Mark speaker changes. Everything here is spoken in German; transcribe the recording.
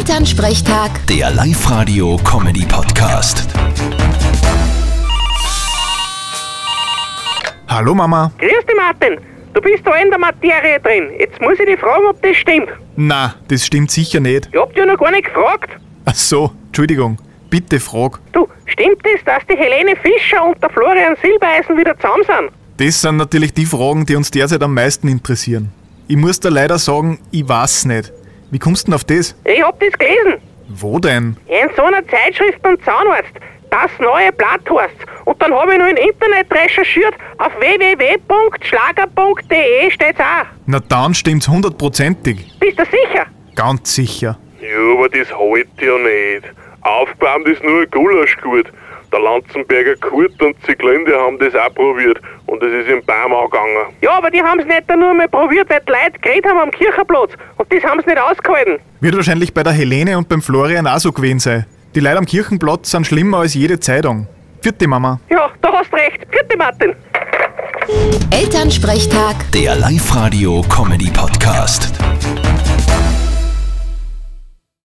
Speaker 1: Elternsprechtag,
Speaker 2: Der Live-Radio-Comedy-Podcast.
Speaker 3: Hallo Mama.
Speaker 4: Grüß dich, Martin. Du bist da in der Materie drin. Jetzt muss ich dich fragen, ob das stimmt.
Speaker 3: Na, das stimmt sicher nicht.
Speaker 4: Ich hab dich ja noch gar nicht gefragt.
Speaker 3: Ach so, Entschuldigung. Bitte frag.
Speaker 4: Du, stimmt es, dass die Helene Fischer und der Florian Silbereisen wieder zusammen sind?
Speaker 3: Das sind natürlich die Fragen, die uns derzeit am meisten interessieren. Ich muss da leider sagen, ich weiß nicht. Wie kommst du denn auf das?
Speaker 4: Ich hab das gelesen.
Speaker 3: Wo denn?
Speaker 4: In so einer Zeitschrift beim Zahnarzt. Das neue Blatt heißt's. Und dann habe ich noch im Internet recherchiert. Auf www.schlager.de steht's auch.
Speaker 3: Na dann stimmt's hundertprozentig.
Speaker 4: Bist du sicher?
Speaker 3: Ganz sicher.
Speaker 5: Ja, aber das halt ja nicht. Aufgewärmt ist nur ein Gulasch gut. Der Lanzenberger Kurt und Ziglinde haben das auch probiert und es ist im Baum angegangen.
Speaker 4: Ja, aber die haben's nicht nur mal probiert, weil die Leute geredet haben am Kirchenplatz. Und das haben's nicht ausgehalten.
Speaker 3: Wird wahrscheinlich bei der Helene und beim Florian auch so gewesen sein. Die Leute am Kirchenplatz sind schlimmer als jede Zeitung. Vierte Mama.
Speaker 4: Ja, da hast recht. Vierte Martin.
Speaker 1: Elternsprechtag.
Speaker 2: Der Live-Radio-Comedy-Podcast.